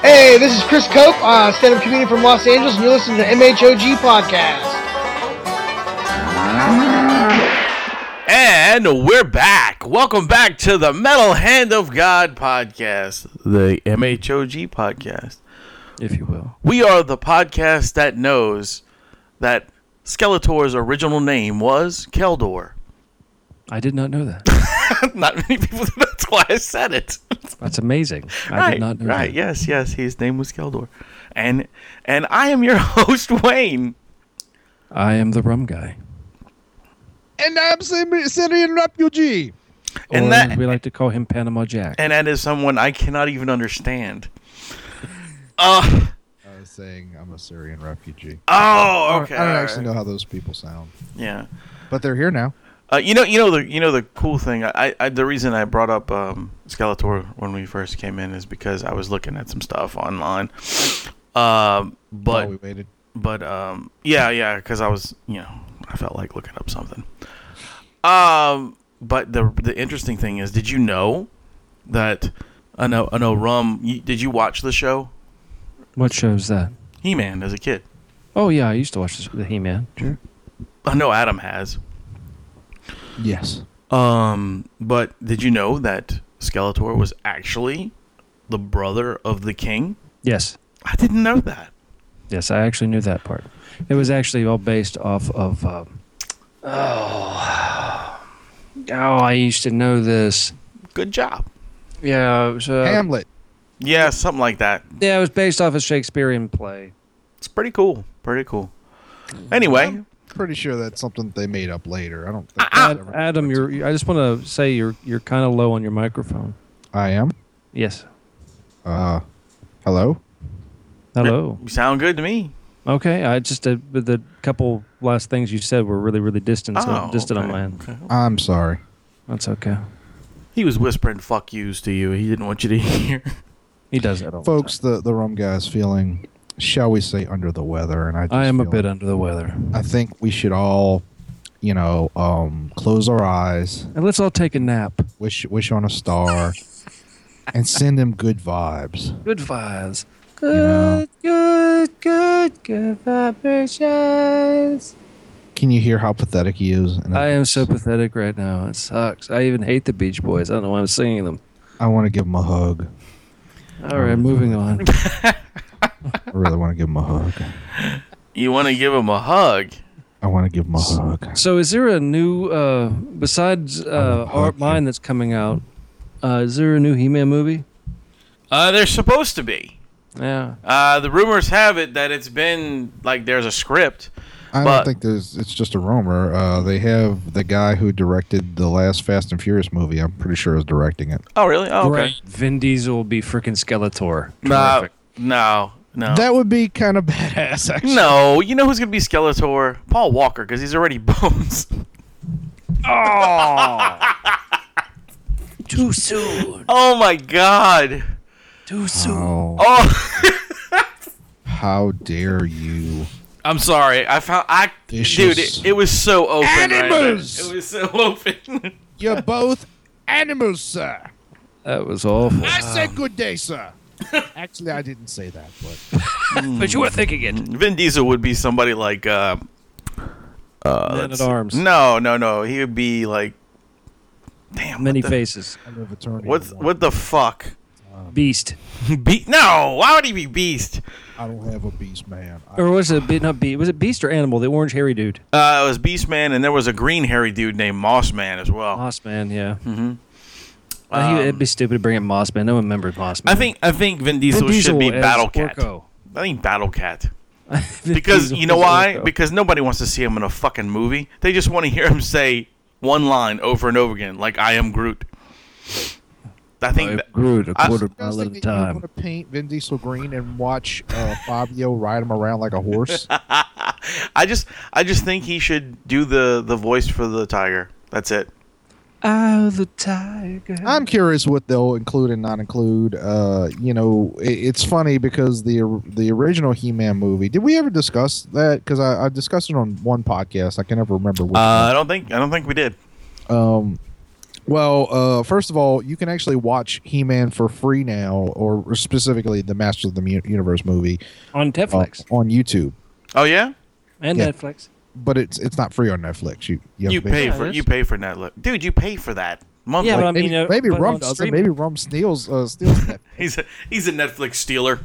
Hey, this is Chris Cope, uh, stand up comedian from Los Angeles, and you're listening to MHOG Podcast. And we're back. Welcome back to the Metal Hand of God podcast, the MHOG podcast. if you will. We are the podcast that knows that Skeletor's original name was Keldor. I did not know that. Not many people, that's why I said it. That's amazing. I right, did not know right. that. Yes, yes. His name was Keldor. And and I am your host, Wayne. I am the rum guy. And I'm Syri- Syrian refugee. And or that- we like to call him Panama Jack. And that is someone I cannot even understand. Uh, I was saying I'm a Syrian refugee. oh, I okay. don't- I don't actually know how those people sound, Yeah. but they're here now. Uh, you know, you know the you know the cool thing. I, I the reason I brought up um, Skeletor when we first came in is because I was looking at some stuff online. Um, but While Oh, we waited. but um, yeah, yeah, because I was you know I felt like looking up something. Um, but the the interesting thing is, did you know that I know I know Rum? You, did you watch the show what show is that? He Man as a kid? Oh yeah, I used to watch this, the He-Man. Sure. I know Adam has. Yes. Um, but did you know that Skeletor was actually the brother of the king? Yes, I didn't know that. yes, I actually knew that part. It was actually all based off of. Um, oh, oh, I used to know this. Good job. Yeah, it was, uh, Hamlet. Yeah, something like that. yeah, it was based off a Shakespearean play. It's pretty cool. Pretty cool. Anyway, Pretty sure that's something they made up later. I don't think. Ah! that's Ad- ever- Adam, you're. I just want to say you're you're kind of low on your microphone. I am. Yes. Uh, hello. Hello. you sound good to me. Okay, I just uh, but the couple last things you said were really really distant, so Oh, distant on okay, my end. I'm sorry. That's okay. He was whispering fuck yous to you. He didn't want you to hear. He does that all the folks the the rum guy is feeling shall we say under the weather and i just time. I am a feel- bit under the weather, i think we should all you know um close our eyes and let's all take a nap. wish wish on a star and send them good vibes Good vibes. know. Good, good, good, good vibrations. can you hear how pathetic he is and I am so pathetic right now. It sucks. I even hate the Beach Boys. I don't know why I'm singing them. i want to give him a hug All right, moving on. i really want to give him a hug You want to give him a hug. i want to give him a hug So, is there a new uh, besides uh, Art Mine that's coming out? Uh, is there a new He-Man movie? Uh, they're supposed to be. Yeah. Uh, the rumors have it that it's been like there's a script. i but- don't think there's it's just a rumor uh they have the guy who directed the last fast and furious movie i'm pretty sure is directing it Oh, really? Oh, okay. Great. Vin Diesel will be freaking Skeletor. No, Terrific. no, no. that would be kind of badass actually No, you know who's gonna be Skeletor? Paul Walker, because he's already bones. Too soon. Oh my god. Too soon. Oh, Oh, how dare you? I'm sorry. I found I dude. Vicious. It, it was so open. right there. Animals! it was so open. You're both animals, sir. That was awful. I Um. said good day, sir. Actually, I didn't say that, but But you were thinking it. Vin Diesel would be somebody like uh, Man at arms. no, no, no. He would be like, damn, Many what the, faces. I live eternity. What's what the fuck? Um, Beast. Be- no, why would he be Beast? I don't have a beast, man. I, Or was it be- not beast? Was it beast or animal? The orange hairy dude. Uh, it was Beast Man, and there was a green hairy dude named Moss Man as well. Moss man. Yeah. Mm-hmm. he, it'd be stupid to bring up Moss man. No one remembered Moss man. Um, I think I think Vin Diesel, Vin Diesel should be as Battle Cat. Orko. I think Battle Cat. Vin Because Diesel you know as why? Orko. Because nobody wants to see him in a fucking movie. They just want to hear him say one line over and over again, like "I am Groot." I think. I that, grew it a I- quarter I was mile at a thinking you time. want to paint Vin Diesel green and watch uh, Fabio ride him around like a horse. I just, I just think he should do the the voice for the tiger. That's it. Oh, the tiger. I'm curious what they'll include and not include. Uh, you know, it, it's funny because the or- the original He-Man movie. Did we ever discuss that? Because I, I discussed it on one podcast. I can never remember which. Uh, I don't think, I don't think we did. um Well, uh, first of all, you can actually watch He Man for free now, or specifically the Masters of the Mu- Universe movie on uh, Netflix on YouTube. Oh yeah, and yeah. Netflix. But it's it's not free on Netflix. You have you to pay. pay Yeah, for it you is. pay for Netflix, dude. You pay for that monthly. Yeah, but I Maybe, mean, uh, maybe but Rum on stream- maybe Rum steals uh, steals that. he's a, he's a Netflix stealer.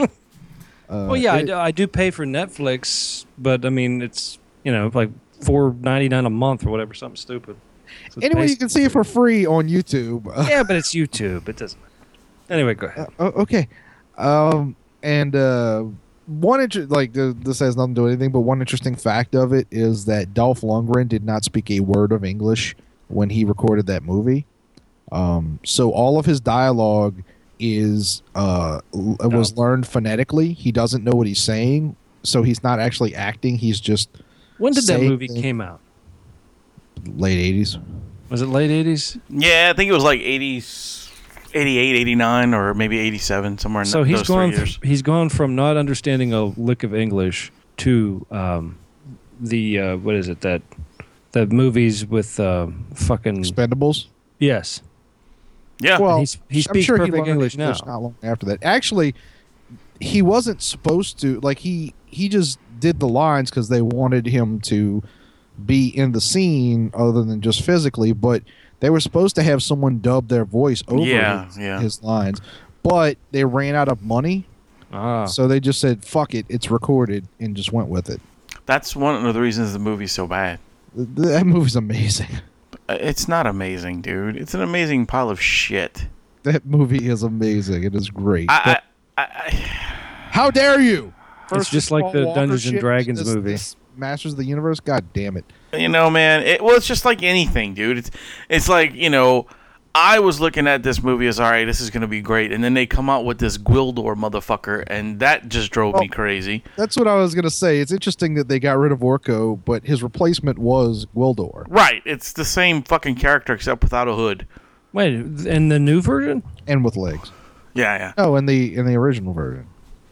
Uh, Well, yeah, I it- do, I do pay for Netflix, but I mean, it's you know like four ninety nine a month or whatever, something stupid. So it's Anyway, you basic- can see it for free on YouTube. Uh, yeah, but it's YouTube. It doesn't. Anyway, go ahead. oh, okay, um, and uh, one inter- like th- this has nothing to do with anything, but one interesting fact of it is that Dolph Lundgren did not speak a word of English when he recorded that movie. Um, so all of his dialogue is uh, l- was Oh. learned phonetically. He doesn't know what he's saying, so he's not actually acting. He's just When did that Same movie thing. came out? late eighties. Was it late eighties? Yeah, I think it was like 80, 88, 89, or maybe eighty seven somewhere. In So th- he's those gone. three years. f- he's gone from not understanding a lick of English to um, the uh, what is it that the movies with uh, fucking Expendables. yes. yeah, Well, he's- he I'm speaks sure he perfect learned English now. Not long after that, actually, he wasn't supposed to. Like he he just did the lines because they wanted him to be in the scene, other than just physically. But they were supposed to have someone dub their voice over Yeah, his, yeah. his lines, but they ran out of money, Ah, so they just said "fuck it," it's recorded, and just went with it. that's one of the reasons the movie's so bad. Th- That movie's amazing. Uh, It's not amazing, dude. It's an amazing pile of shit. That movie is amazing. It is great. I, I, I, How dare you? It's just like Paul the Walker Dungeons and shit, Dragons this- movie. this Masters of the Universe. God damn it! I- you know, man. It, well, it's just like anything, dude. It's, it's like you know, I was looking at this movie as all right, this is gonna be great, and then they come out with this Gwildor motherfucker, and that just drove me Well- crazy. That's what I was gonna say. It's interesting that they got rid of Orko, but his replacement was Gwildor. Right? It's the same fucking character except without a hood. wait, in the new version? and with legs. Yeah, yeah. Oh, in the in the original version.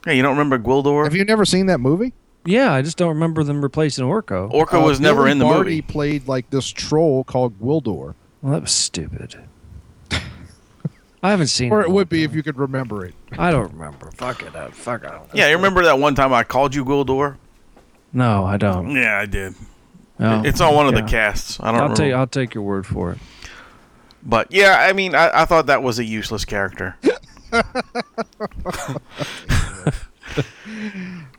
Yeah, you don't remember Gwildor? Have you never seen that movie? Yeah, I just don't remember them replacing Orko. Orko Uh, was never Billy in the Barty movie. Played like this troll called Gwildor, Well, that was stupid. I haven't seen or it. it would be if you could remember it. I don't remember. Fuck it. uh, Fuck. I don't know. Yeah, you remember that one time I called you Gwildor? No, I don't. Yeah, I did. No. It's on one of Yeah. the casts. I don't I'll remember. take. I'll take your word for it. But yeah, I mean, I, I thought that was a useless character.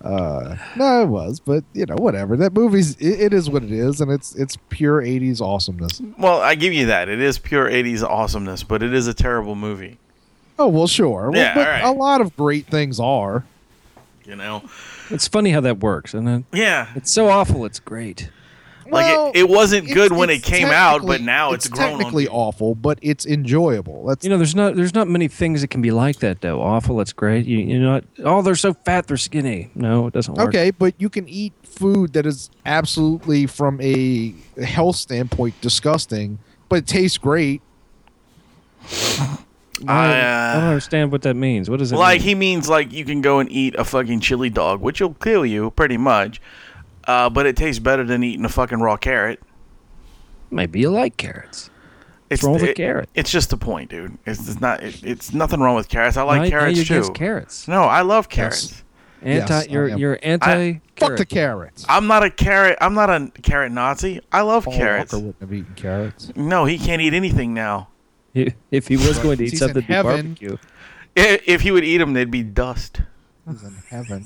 No, it was, but you know, whatever. That movie's it, it is what it is, and it's it's pure '80s awesomeness. well, I give you that. It is pure 80s awesomeness, but it is a terrible movie. Oh well, sure. Well, Yeah, but all right. a lot of great things are. You know? It's funny how that works, and then Yeah. it's so awful. It's great. Like, it- Well, it wasn't it's- good when it's it came out, but technically- now it's grown on technically people. awful, but it's enjoyable. That's You know, there's not. There's not many things that can be like that though. Awful. It's great. You. You know. Oh, they're so fat. They're skinny. No, it doesn't work. okay, but you can eat food that is absolutely from a health standpoint disgusting, but it tastes great. I, I, uh, I don't understand what that means. What does it Like mean? he means like you can go and eat a fucking chili dog, which will kill you pretty much. Uh, but it tastes better than eating a fucking raw carrot. Maybe you like carrots. It's wrong with it- carrot? It's just the point, dude. It's, it's not. It, it's nothing wrong with carrots. I like Now- now carrots you're too. against carrots. No, I love carrots. Anti. Yes, I you're. am. You're anti. Fuck the carrots. I'm not a carrot. I'm not a carrot Nazi. I love Paul carrots. Walker wouldn't have eaten carrots. No, he can't eat anything now. If he was going to eat He's in something, it'd be heaven. barbecue. I- If he would eat them, they'd be dust. He's in heaven.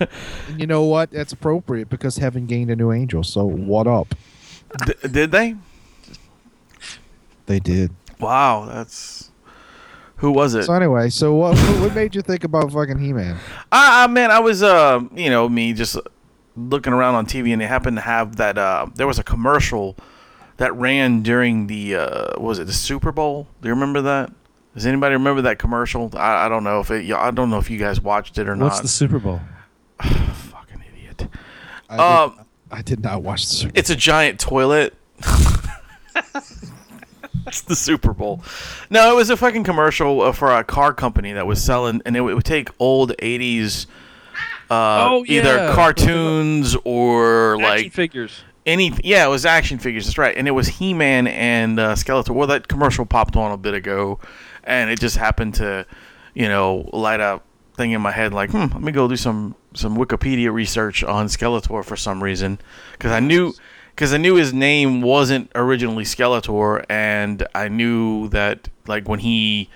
and you know what? That's appropriate because heaven gained a new angel. So Mm-hmm. what up? D- did they? They did. Wow, that's who was it? So anyway, so what? what- what made you think about fucking He-Man? Ah, ah, man, I was uh, you know, me just looking around on TV, and they happened to have that. Uh, there was a commercial that ran during the uh, what was it the Super Bowl? Do you remember that? Does anybody remember that commercial? I, I don't know if it. I don't know if you guys watched it or What's not. the Super Bowl? fucking idiot? I, Um, did, I did not watch the Super It's a giant toilet. It's the Super Bowl. No, it was a fucking commercial uh, for a car company that was selling, and it would take old '80s, uh, Oh, either yeah. cartoons or like figures. Any yeah, it was action figures. That's right, and it was He Man and uh, Skeletor. Well, that commercial popped on a bit ago, and it just happened to, you know, light a thing in my head like, hmm, let me go do some some Wikipedia research on Skeletor for some reason, because I knew because I knew his name wasn't originally Skeletor, and I knew that like when he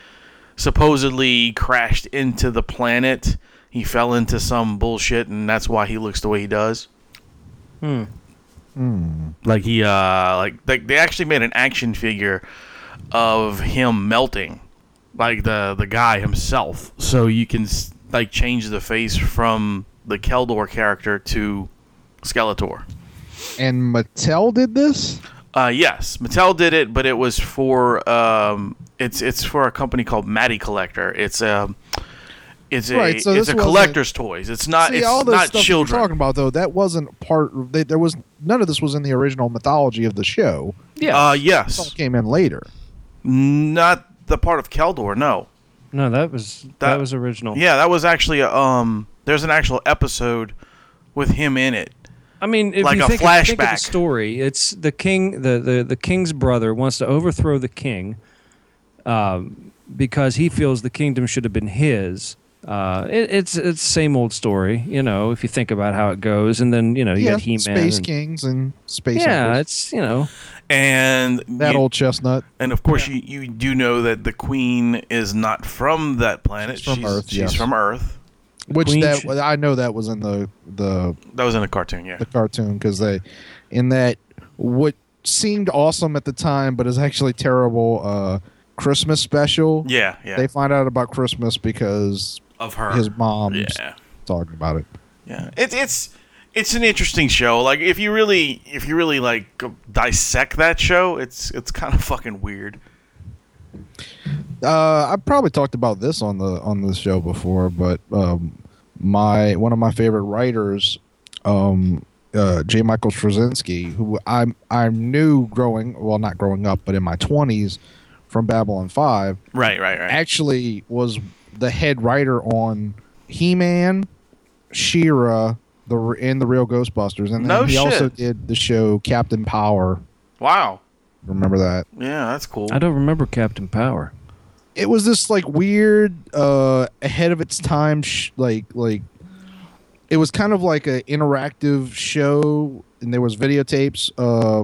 supposedly crashed into the planet. He fell into some bullshit, and that's why he looks the way he does. Like he, uh, like like they actually made an action figure of him melting, like the the guy himself. So you can s- like change the face from the Keldor character to Skeletor. And Mattel did this. Uh, yes, Mattel did it, but it was for um, it's it's for a company called Matty Collector. It's um, it's a Right, so it's this a wasn't- collector's toys. It's not See, it's all this not stuff children. you're talking about though, that wasn't part. They, there was none of this was in the original mythology of the show. Uh, It all yes, came in later. not the part of Keldor. No, No, that was that, That- was original. Oh. yeah, that was actually a, um. There's an actual episode with him in it. I mean, if Like you a think, of- think of the flashback. story, it's the king, the, the the king's brother wants to overthrow the king, um, because he feels the kingdom should have been his. Uh, it, it's it's same old story, you know. If you think about how it goes, and then you know you yeah, got He Man, Space Kings and Space. yeah, Emperors. it's you know And that you- old chestnut. and of course you, you do know that the queen is not from that planet. She's from she's, Earth, She's yes. from Earth. Which Queen that Ch- I know that was in the the That was in a cartoon. Yeah. the cartoon because they in that what seemed awesome at the time but is actually terrible uh christmas special Yeah. Yeah. they find out about christmas because of her. his mom's Yeah. talking about it Yeah, it's it's it's an interesting show. Like if you really if you really like go- dissect that show, it's it's kind of fucking weird. uh i probably talked about this on the on the show before but um my one of my favorite writers um uh j michael straczynski who i i knew growing well not growing up but in my 20s from babylon 5 Right, right, right. actually was the head writer on He-Man, She-Ra, the r- and the Real Ghostbusters, and then No he also shit. did the show Captain Power. wow. Remember that? Yeah, that's cool. I don't remember Captain Power. It was this like weird, uh, ahead of its time, sh- like like it was kind of like an interactive show, and there was videotapes. Uh,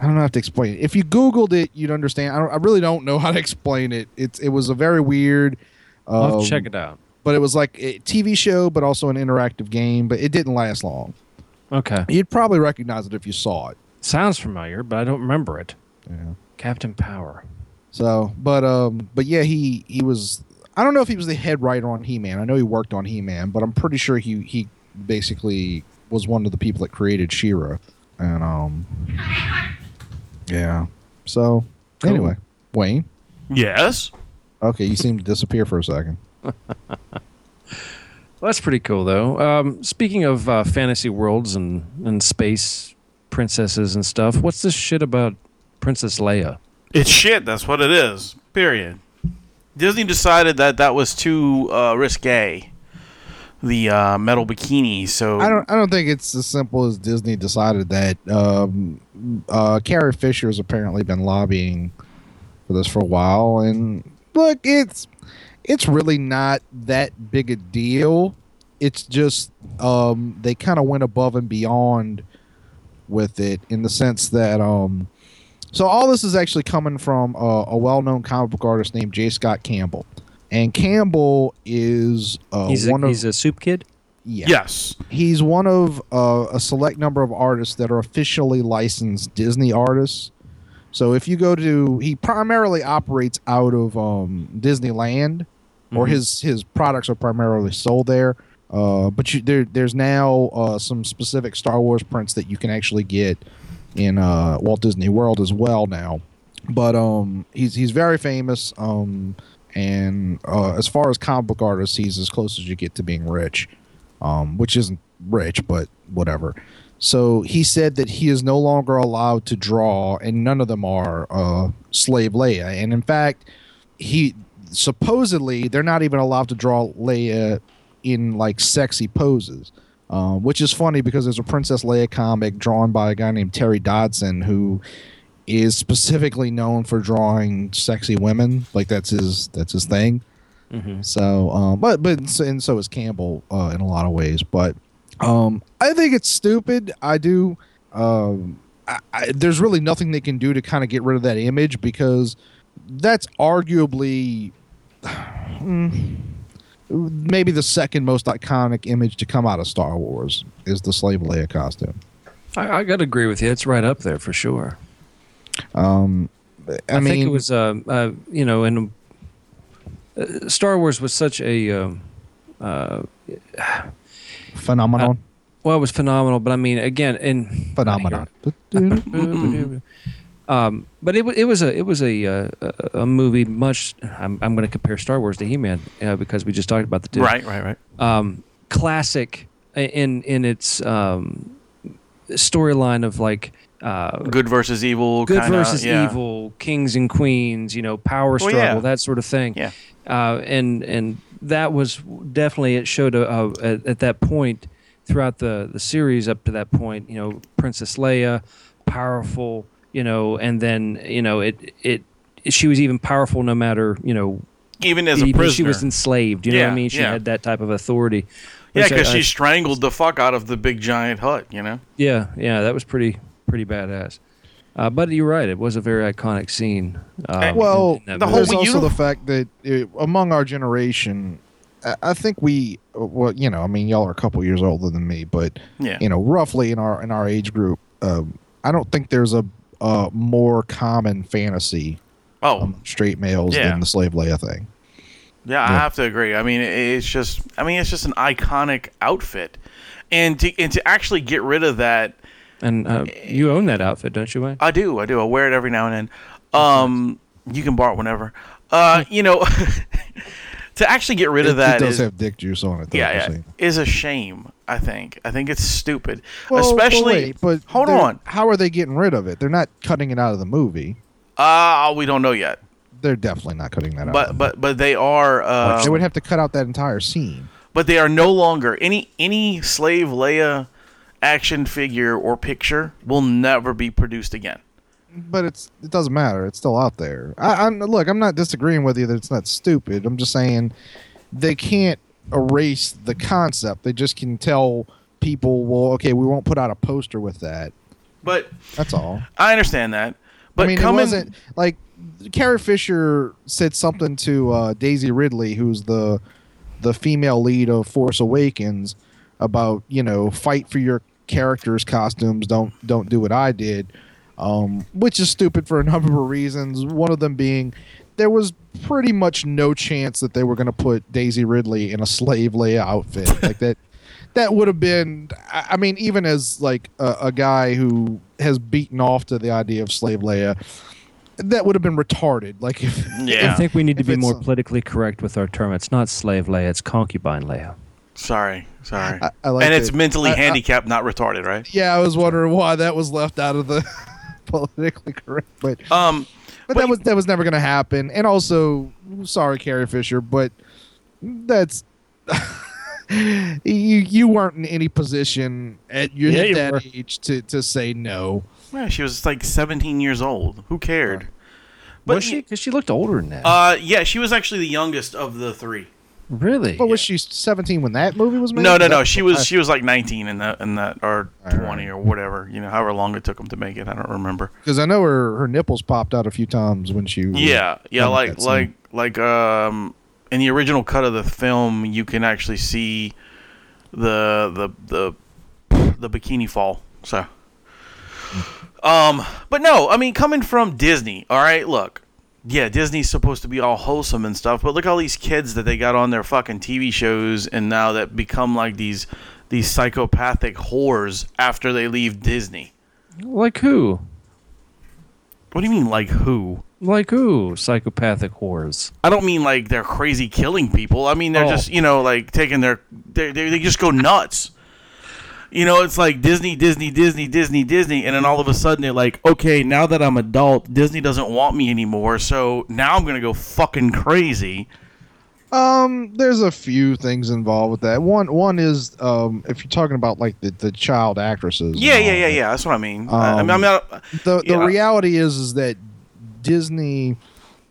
I don't know how to explain it. If you Googled it, you'd understand. I, don't, I really don't know how to explain it. It's it was a very weird. Um, I'll check it out. but it was like a TV show, but also an interactive game. But it didn't last long. Okay, You'd probably recognize it if you saw it. sounds familiar, but I don't remember it. Yeah. Captain Power. So, but um, but yeah, he he was. I don't know if he was the head writer on He Man. I know he worked on He Man, but I'm pretty sure he he basically was one of the people that created She-Ra. And um, yeah. So Cool. anyway, Wayne. yes. Okay, you seem to disappear for a second. Well, that's pretty cool, though. Um, speaking of uh, fantasy worlds and, and space princesses and stuff, what's this shit about Princess Leia? It's shit. That's what it is. Period. Disney decided that that was too uh, risque. The uh, metal bikini. So I don't. I don't think it's as simple as Disney decided that. Um, uh, Carrie Fisher has apparently been lobbying for this for a while, and look, it's it's really not that big a deal. It's just um, they kind of went above and beyond with it in the sense that. Um, so all this is actually coming from uh, a well-known comic book artist named J. Scott Campbell, and Campbell is uh, he's, one a, of he's a soup kid? yeah Yes. he's one of uh, a select number of artists that are officially licensed Disney artists. So if you go to, he primarily operates out of um, Disneyland, or his his products are primarily sold there. Uh, but you, there, there's now uh, some specific Star Wars prints that you can actually get in uh, Walt Disney World as well now. But um, he's he's very famous. Um, and uh, as far as comic book artists, he's as close as you get to being rich um, which isn't rich, but whatever. So he said that he is no longer allowed to draw, and none of them are uh, slave Leia. And in fact, he supposedly they're not even allowed to draw Leia in like sexy poses. uh, which is funny because there's a Princess Leia comic drawn by a guy named Terry Dodson who is specifically known for drawing sexy women. Like that's his that's his thing. So, um, but but so- and so is Campbell uh, in a lot of ways. But um, I think it's stupid. I do. Um, I, I, there's really nothing they can do to kind of get rid of that image because that's arguably mm, maybe the second most iconic image to come out of Star Wars is the slave Leia costume. I, I gotta agree with you. It's right up there for sure. Um, I, I, mean, think it was, uh, uh, you know, and uh, Star Wars was such a, um, uh, phenomenon. well, it was phenomenal. But I mean, again, in phenomenon. Um, but it, wa- it was a it was a uh, a- a movie much. I'm, I'm going to compare Star Wars to He Man uh, because we just talked about the two. Right, right, right. um, classic in in its um, storyline of like uh, Good versus evil. good kinda, versus yeah. evil, kings and queens, you know, power Well, struggle, yeah. that sort of thing. Yeah. Uh, and and that was definitely it showed a, a, at, at that point throughout the the series up to that point, you know, Princess Leia, powerful, you know, and then you know it it she was even powerful no matter you know Even as a even prisoner. she was enslaved. You know what Yeah, I mean? She yeah. had that type of authority. yeah, Which I- because I- she strangled the fuck out of the big giant hut. You know. Yeah, yeah, that was pretty pretty badass. Uh, but you're right; it was a very iconic scene. Um, well, in- in that the whole movie. there's also uni- the fact that uh among our generation, I, I think we, uh, well, you know, I mean, y'all are a couple years older than me, but Yeah. you know, roughly in our in our age group, um, I don't think there's a, a more common fantasy oh, among straight males Yeah. than the slave Leia thing. Yeah, I Um, Yeah. have to agree. I mean, it- it's just, I mean, it's just an iconic outfit, and to and to actually get rid of that, and uh, you own that outfit, don't you, Wayne? I do, I do, I wear it every now and then. Um, you can borrow it whenever. Uh, you know, to actually get rid It, of that it does is- have dick juice on it. Though, yeah, you yeah, see. is a shame. I think, I think it's stupid, Well, especially. but, wait, but hold they're- on, How are they getting rid of it? They're not cutting it out of the movie. uh, we don't know yet, They're definitely not cutting that out. of but the but but they are. movie. Uh, they would have to cut out that entire scene. but they are no longer any any slave Leia action figure or picture will never be produced again. but it's it doesn't matter. It's still out there. I, I'm look. I'm not disagreeing with you that it's not stupid. I'm just saying they can't erase the concept. They just can tell people, well, okay, we won't put out a poster with that. But That's all. I understand that. But I mean, it coming, wasn't like Carrie Fisher said something to uh, Daisy Ridley, who's the the female lead of Force Awakens, about you know fight for your characters' costumes. Don't don't do what I did, um, which is stupid for a number of reasons. One of them being there was pretty much no chance that they were going to put Daisy Ridley in a slave Leia outfit like that. That would have been, I I mean, even as like a, a guy who has beaten off to the idea of slave Leia, that would have been retarded. Like if yeah, I think we need to If be it's more a- politically correct with our term. It's not slave Leia; it's concubine Leia. sorry, sorry. I- I like and it's it. mentally I- I- handicapped, not retarded, right? yeah, I was wondering why that was left out of the politically correct, but Um, but Wait. that was that was never going to happen. And also, sorry, Carrie Fisher, but that's you you weren't in any position at your Yeah, at you that were. age to to say no. yeah, she was like 17 years old. Who cared? But was she? Because she looked older than that. Uh, yeah, she was actually the youngest of the three. really? But was she seventeen when that movie was made? No, no, no. That- She was she was like 19 in that in that or Uh, All right. 20 or whatever. You know, however long it took them to make it, I don't remember. because I know her her nipples popped out a few times when she was- Yeah, yeah, I like like that like scene. like um in the original cut of the film, you can actually see the the the the bikini fall. So, um, but no, I mean coming from Disney. All right, look, yeah, Disney's supposed to be all wholesome and stuff, but look at all these kids that they got on their fucking TV shows and now that become like these these psychopathic whores after they leave Disney. like who? What do you mean, like who? Like who? Psychopathic whores. I don't mean like they're crazy killing people. I mean they're Oh. just you know like taking their they they they just go nuts. You know, it's like Disney, Disney, Disney, Disney, Disney, and then all of a sudden they're like, okay, now that I'm adult, Disney doesn't want me anymore, so now I'm gonna go fucking crazy Um, there's a few things involved with that. One, one is um, if you're talking about like the, the child actresses. Yeah, and yeah, all yeah, that. yeah. That's what I mean. I, I mean, Um, I'm not. The the Yeah. reality is is that Disney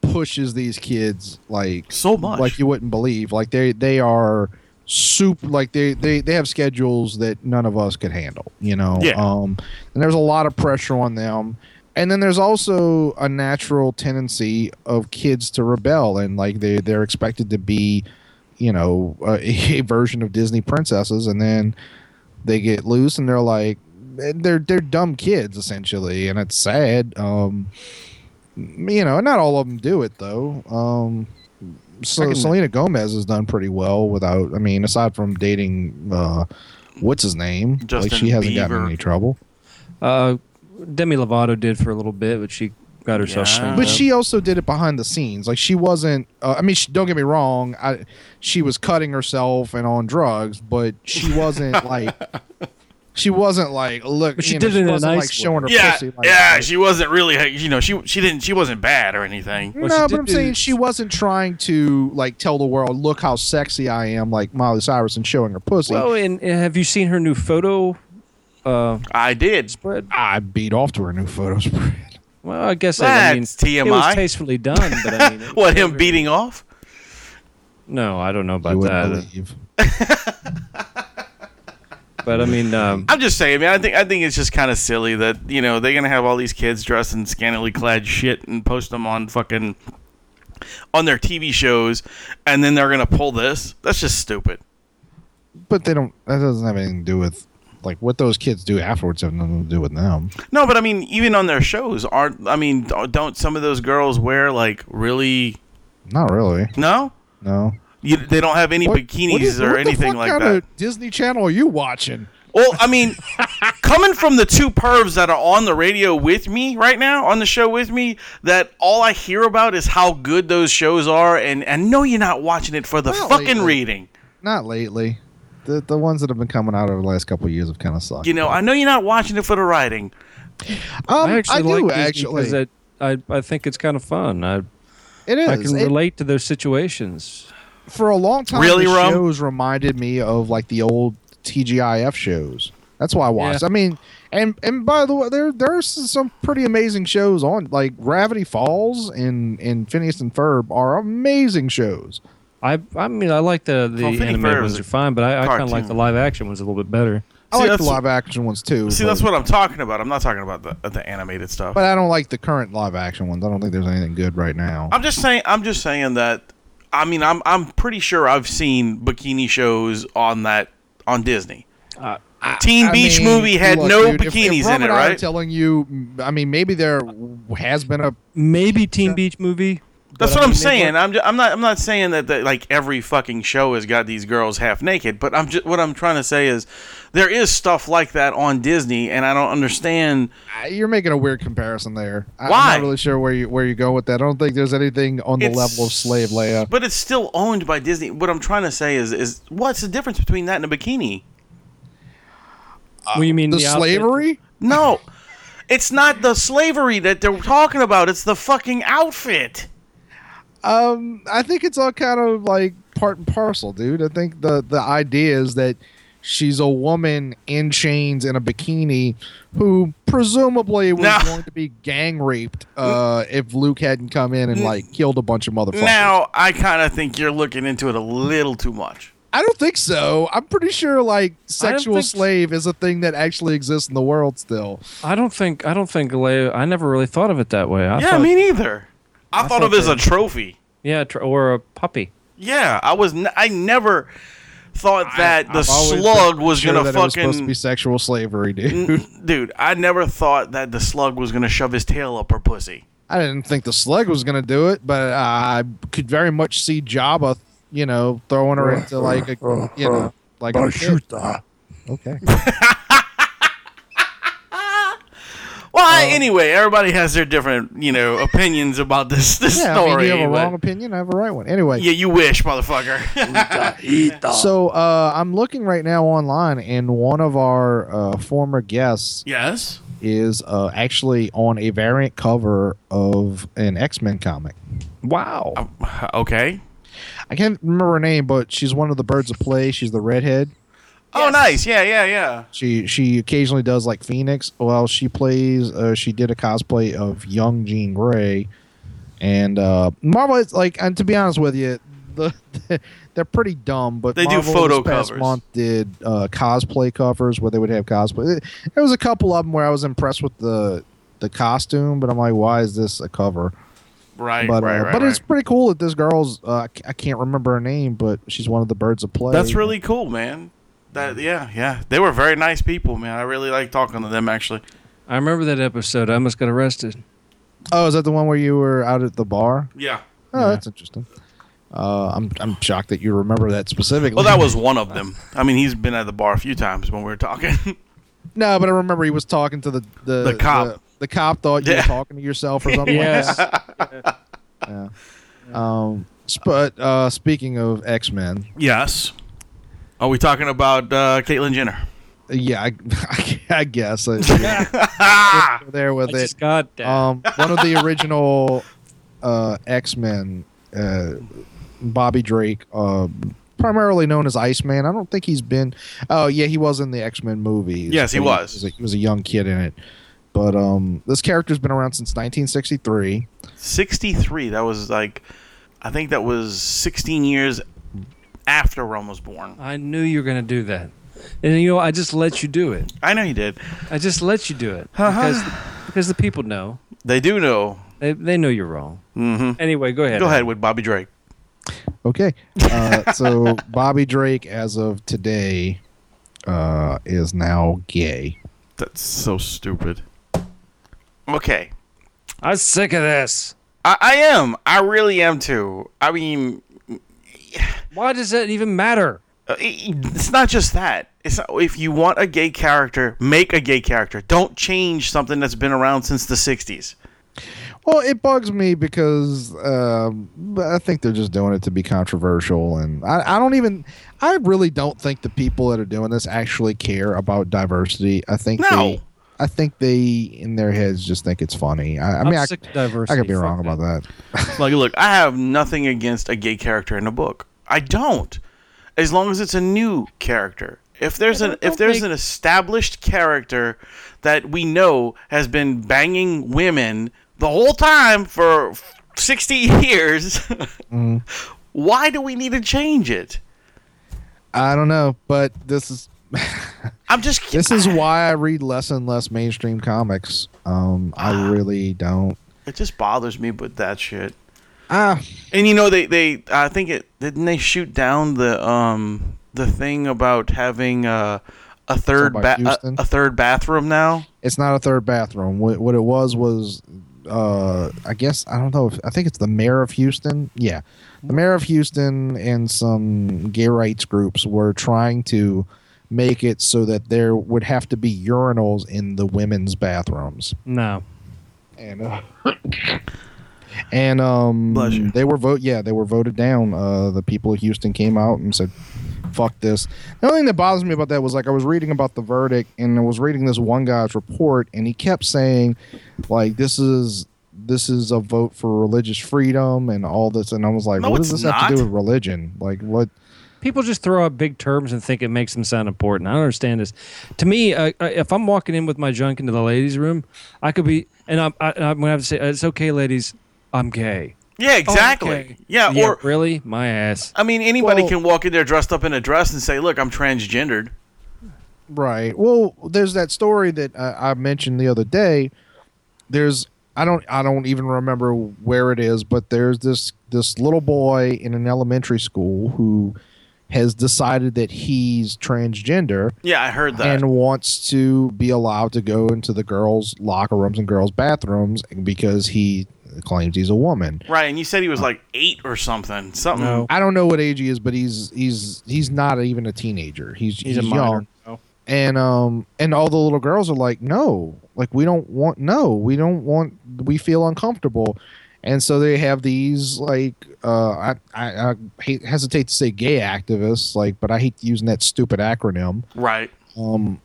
pushes these kids like So much. like you wouldn't believe. Like they they are super like they they they have schedules that none of us could handle. You know. Yeah. Um, and there's a lot of pressure on them. And then there's also a natural tendency of kids to rebel, and like they they're expected to be, you know, a, a version of Disney princesses, and then they get loose and they're like they're they're dumb kids essentially and it's sad um you know not all of them do it though um so I can- selena gomez has done pretty well without i mean aside from dating uh what's his name like Justin she hasn't gotten in Bieber. any trouble Uh, Demi Lovato did for a little bit, but she got herself Yeah. yeah. but she also did it behind the scenes like she wasn't uh, i mean she, don't get me wrong i she was cutting herself and on drugs but she wasn't like she wasn't like look But she you did know, it in a wasn't nice like way. showing her yeah, pussy like yeah. that. She wasn't really. You know, she she didn't. She wasn't bad or anything. Well, she no, did but I'm do- saying she wasn't trying to like tell the world, look how sexy I am, like Miley Cyrus and showing her pussy. Well, and, and have you seen her new photo? Uh, I did. spread. I beat off to her new photo spread. Well, I guess I, I mean That's it was TMI. tastefully done, but I mean, it- What him beating off? No, I don't know you about that. wouldn't believe. But I mean, um, I'm just saying, man. I think I think it's just kind of silly that you know they're gonna have all these kids dressed in scantily clad shit and post them on fucking on their TV shows, and then they're gonna pull this. That's just stupid. But they don't. That doesn't have anything to do with like what those kids do afterwards. Have nothing to do with them. No, but I mean, even on their shows, aren't I mean, don't don't some of those girls wear like really? Not really. No, No. you, they don't have any What- what bikinis is- or what the anything fuck like kind that. Of Disney Channel, are you watching? Well, I mean, coming from the two pervs that are on the radio with me right now, on the show with me, that all I hear about is how good those shows are, and and no, you're not watching it for the Well, fucking lately. reading. Not lately. The the ones that have been coming out over the last couple of years have kind of sucked. You know, I know you're not watching it for the writing. um, I actually do like Disney actually. because it, I I think it's kind of fun. I it is. I can It- relate to those situations. for a long time Really, the Rum? shows reminded me of like the old TGIF shows. That's why I watched. I mean, and and by the way, there there's some pretty amazing shows on like Gravity Falls and and Phineas and Ferb are amazing shows. I I mean, I like the the Well, Phineas and animated Ferb ones is are a fine, but I, I kind of like cartoon. the live action ones a little bit better. I See, like the that's- live action ones too. See, but, that's what I'm talking about. I'm not talking about the the animated stuff. But I don't like the current live action ones. I don't think there's anything good right now. I'm just saying. I'm just saying that. I mean, I'm I'm pretty sure I've seen bikini shows on that on Disney. Teen Uh, I Beach mean, movie had look, no dude, if- bikinis if Rum in it, and I are right? telling you, I mean, maybe there has been a Maybe Teen Beach movie. That's but what I I'm mean, they saying. I'm, just, I'm not. I'm not saying that, that like every fucking show has got these girls half naked. But I'm just what I'm trying to say is there is stuff like that on Disney, and I don't understand. I- You're making a weird comparison there. I, Why? I'm not really sure where you where you go with that. I don't think there's anything on the It's- level of Slave Leia. But it's still owned by Disney. What I'm trying to say is is what's the difference between that and a bikini? well, you mean The, outfit? slavery? No, it's not the slavery that they're talking about. It's the fucking outfit. Um, I think it's all kind of like part and parcel, dude. I think the the idea is that she's a woman in chains in a bikini who presumably was Now- going to be gang raped uh, if Luke hadn't come in and like killed a bunch of motherfuckers. Now I kind of think you're looking into it a little too much. I don't think so. I'm pretty sure like sexual think- slave is a thing that actually exists in the world still. I don't think I don't think Leia. I never really thought of it that way. I yeah, thought, me neither. I, thought, of thought it as a trophy. yeah, tr- or a puppy. Yeah, I was. N- I never thought that the I've always been slug was sure gonna that it was supposed to fucking. Mm. be sexual slavery, dude. N- dude, I never thought that the slug was gonna shove his tail up her pussy. I didn't think the slug was gonna do it, but I could very much see Jabba, you know, throwing her into like a, you know, like a shoot. Okay. Well, I- anyway, everybody has their different, you know, opinions about this this Yeah, I mean, story. you have a but- wrong opinion. I have a right one. Anyway, yeah, you wish, motherfucker. so uh, I'm looking right now online, and one of our uh, former guests yes. is uh, actually on a variant cover of an X Men comic. Wow. Okay. I can't remember her name, but she's one of the birds of play. She's the redhead. Oh, nice. Yeah, yeah, yeah. She she occasionally does like Phoenix. Well, she plays. Uh, she did a cosplay of young Jean Grey, and uh, Marvel is like. And to be honest with you, the, they're pretty dumb. But They do Marvel photo this past covers. Month did uh, cosplay covers where they would have cosplay. There was a couple of them where I was impressed with the the costume, but I'm like, why is this a cover? Right, but right, uh, right. but right. it's pretty cool that this girl's. Uh, I c- I can't remember her name, but she's one of the birds of play. That's really cool, man. That yeah, yeah. They were very nice people, man. I really like talking to them actually. I remember that episode. I almost got arrested. Oh, is that the one where you were out at the bar? Yeah. Oh, that's interesting. Uh, I'm I'm shocked that you remember that specifically. Well, that was one of them. I mean, he's been at the bar a few times when we were talking. no, but I remember he was talking to the the, The cop. The, the cop thought you Yeah. were talking to yourself or something. Yes. Yeah. Um. s- But uh, speaking of X Men, yes. Are we talking about uh, Caitlyn Jenner? yeah, I, I guess I, Ah, there with I it. just got that. Um, one of the original uh, X Men, uh, Bobby Drake, uh, primarily known as Iceman. I don't think he's been. Oh yeah, he was in the X Men movies. Yes, he But was. He was, a, he was a young kid in it. But um, this character's been around since 1963. sixty-three. That was like, I think that was sixteen years after Rome was born. I knew you were going to do that. And you know, I just let you do it. I know he did. I just let you do it because because the people know. They do know. They they know you're wrong. hmm Mm-hmm. Anyway, go ahead. Go ahead with Bobby Drake. Okay, uh, so Bobby Drake, as of today, uh, is now gay. That's so stupid. Okay. I'm sick of this. I, I am. I really am too. I mean, Why does that even matter? uh, it- it's not just that. It's not, if you want a gay character, make a gay character. Don't change something that's been around since the '60s. Well, it bugs me because um, I think they're just doing it to be controversial, and I, I don't even, I really don't think the people that are doing this actually care about diversity. I think No. they, I think they in their heads just think it's funny. I, I I'm mean, I, sick of diversity. I could be Fuck wrong that. about that. Like, look, I have nothing against a gay character in a book. I don't, as long as it's a new character. If there's an if there's an established character that we know has been banging women the whole time for sixty years, why do we need to change it? I don't know, but this is I'm just this is why I read less and less mainstream comics. Um, Ah. I really don't. It just bothers me with that shit. Ah, And you know they they I think it didn't they shoot down the um the thing about having uh, a third about ba- a, Houston? a third bathroom now. it's not a third bathroom. What, what it was was, uh, I guess I don't know. If, I think it's the mayor of Houston. Yeah, the mayor of Houston and some gay rights groups were trying to make it so that there would have to be urinals in the women's bathrooms, No. and uh, and um, Bless you. they were vote. Yeah, they were voted down. Uh, the people of Houston came out and said. Fuck this. The only thing that bothers me about that was like I was reading about the verdict and I was reading this one guy's report and he kept saying like this is this is a vote for religious freedom and all this and I was like No, what does it's this have to do not. with religion? Like what People just throw out big terms and think it makes them sound important. I don't understand this. To me, uh, uh, if I'm walking in with my junk into the ladies' room, I could be, and I'm, I, I'm gonna have to say, it's okay, ladies, I'm gay. Yeah, exactly. Okay. Yeah, yeah, or really, my ass. I mean anybody Well- can walk in there dressed up in a dress and say, "Look, I'm transgendered." Right. Well, there's that story that uh, I mentioned the other day. There's I don't I don't even remember where it is, but there's this this little boy in an elementary school who has decided that he's transgender Yeah, I heard that. and wants to be allowed to go into the girls' locker rooms and girls' bathrooms because he claims he's a woman. right, and you said he was like 8 or something. Something. No. I don't know what age he is, but he's he's he's not even a teenager. He's he's, He's a young. minor. No. and um and all the little girls are like no like we don't want no we don't want we feel uncomfortable and so they have these like uh i i, I hate, hesitate to say gay activists like but i hate using that stupid acronym Right. um